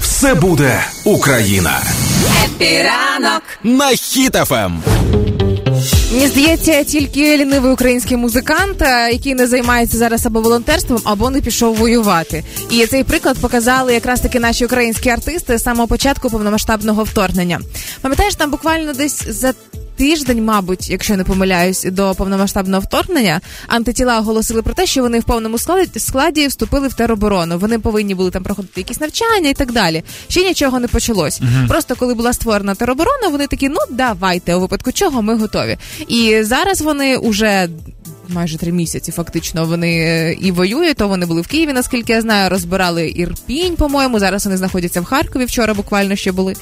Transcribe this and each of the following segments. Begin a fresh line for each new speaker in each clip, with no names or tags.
Це буде Україна
Піранок.
на Хіт-ФМ.
Мені здається, тільки лінивий український музикант, е, який не займається зараз або волонтерством, або не пішов воювати. І цей приклад показали якраз таки наші українські артисти з самого початку повномасштабного вторгнення. Пам'ятаєш, там буквально десь за. Тиждень, мабуть, якщо не помиляюсь, до повномасштабного вторгнення антитіла оголосили про те, що вони в повному складі, складі вступили в тероборону. Вони повинні були там проходити якісь навчання і так далі. Ще нічого не почалось. Просто коли була створена тероборона, вони такі, ну давайте, у випадку чого ми готові. І зараз вони уже. Майже три місяці, фактично, вони е, і воюють. То вони були в Києві, наскільки я знаю, розбирали Ірпінь, по-моєму. Зараз вони знаходяться в Харкові. Вчора буквально ще були.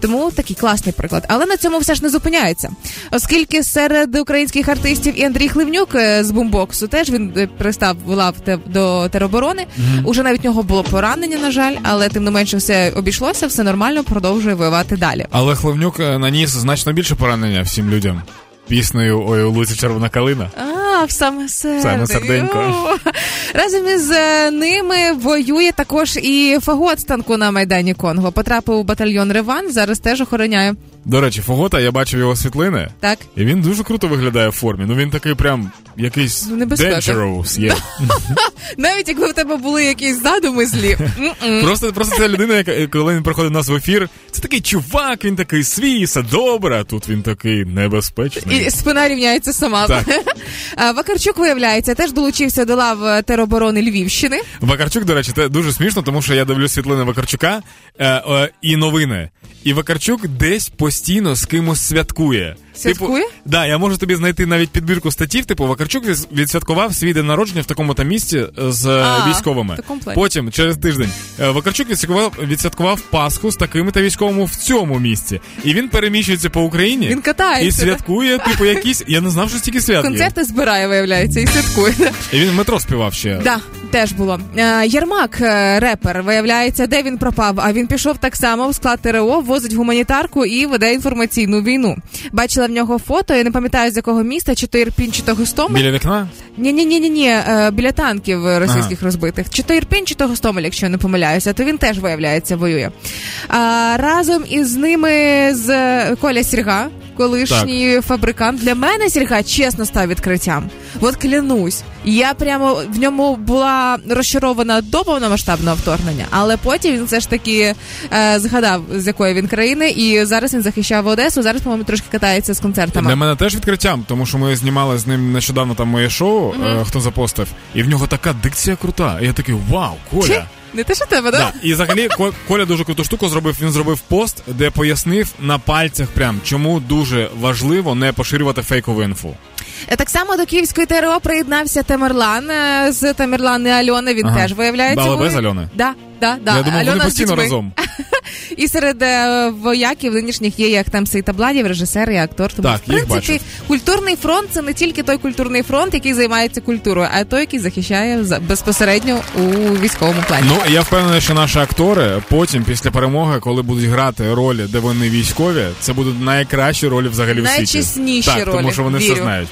Тому такий класний приклад. Але на цьому все ж не зупиняється. Оскільки серед українських артистів і Андрій Хливнюк е, з бумбоксу теж він е, пристав лав те- до тероборони. Уже навіть в нього було поранення, на жаль, але тим не менше все обійшлося, все нормально, продовжує воювати далі.
Але Хливнюк е, наніс значно більше поранення всім людям. Піснею Ой, у луці червона калина.
А, в саме серце.
Саме серденько.
Йо. Разом із е, ними воює також і фагот станку на майдані Конго. Потрапив у батальйон Реван. Зараз теж охороняє.
До речі, Фогота, я бачив його світлини,
Так.
і він дуже круто виглядає в формі. Ну він такий прям якийсь
Ну, небезпека.
Dangerous є.
Навіть якби в тебе були якісь задуми злі. М-м.
Просто, просто це людина, яка коли він приходить до нас в ефір, це такий чувак, він такий свій, все добре, а тут він такий небезпечний.
І спина рівняється сама.
Так.
А, Вакарчук, виявляється, теж долучився до лав е, тероборони Львівщини.
Вакарчук, до речі, це дуже смішно, тому що я дивлюсь світлини Вакарчука е, е, і новини. І Вакарчук десь постійно з кимось святкує.
Святкує?
Типу, да, я можу тобі знайти навіть підбірку статтів. Типу, Вакарчук віз- відсвяткував свій день народження в такому там місці з е,
А,
військовими.
в такому плані.
Потім через тиждень е, Вакарчук відсвяткував, відсвяткував Пасху з такими та військовими в цьому місці. І він переміщується по Україні
Він катається,
і
да?
святкує, типу, якісь. Я не знав, що стільки свят. Є.
Концерти збирає, виявляється, і святкує.
І він в метро співав ще.
Да, теж було. Е, Ярмак, е, репер, виявляється, де він пропав. А він пішов так само в склад ТРО, возить гуманітарку і веде інформаційну війну. Бачила в нього фото, я не пам'ятаю з якого міста, чи то Ірпінь, чи то Гостомель.
Біля вікна?
Ні, ні, ні, ні, ні, біля танків е, російських розбитих. Чи то Ірпінь, чи то Гостомель, якщо я не помиляюся, то він теж виявляється воює. А, разом із ними з е, Коля Сірга, колишній фабрикант. Для мене Сірга чесно став відкриттям. От клянусь, я прямо в ньому була розчарована до повномасштабного вторгнення, але потім він все ж таки е, згадав, з якої він країни, і зараз він захищав Одесу. Зараз, по-моєму, трошки катається з концертами.
Для мене теж відкриттям, тому що ми знімали з ним нещодавно там моє шоу, е, хто запостив, і в нього така дикція крута. І я такий вау,
Чи?
Коля.
Не те, що тебе, да?
Да. І взагалі Ко- Коля дуже круту штуку зробив. Він зробив пост, де пояснив на пальцях, прям чому дуже важливо не поширювати фейкову інфу.
Е, Так само до київської ТРО приєднався Тамерлан е, з Тамерлан і Альони. Він
Ага.
теж виявляється.
Але без
воює.
Альони.
Да, да, Е, да.
я думав,
Альона
вони
з
постійно
дітьми.
разом.
І серед е, вояків нинішніх є як там Сей Табладів, режисер і актор. Тому
Так,
в
їх
принципі
бачив.
культурний фронт це не тільки той культурний фронт, який займається культурою, а й той, який захищає за- безпосередньо у військовому плані.
Ну я впевнений, що наші актори потім, після перемоги, коли будуть грати ролі, де вони військові, це будуть найкращі ролі взагалі в світі.
Найчесніші
так,
ролі,
тому що вони
вірю.
все знають.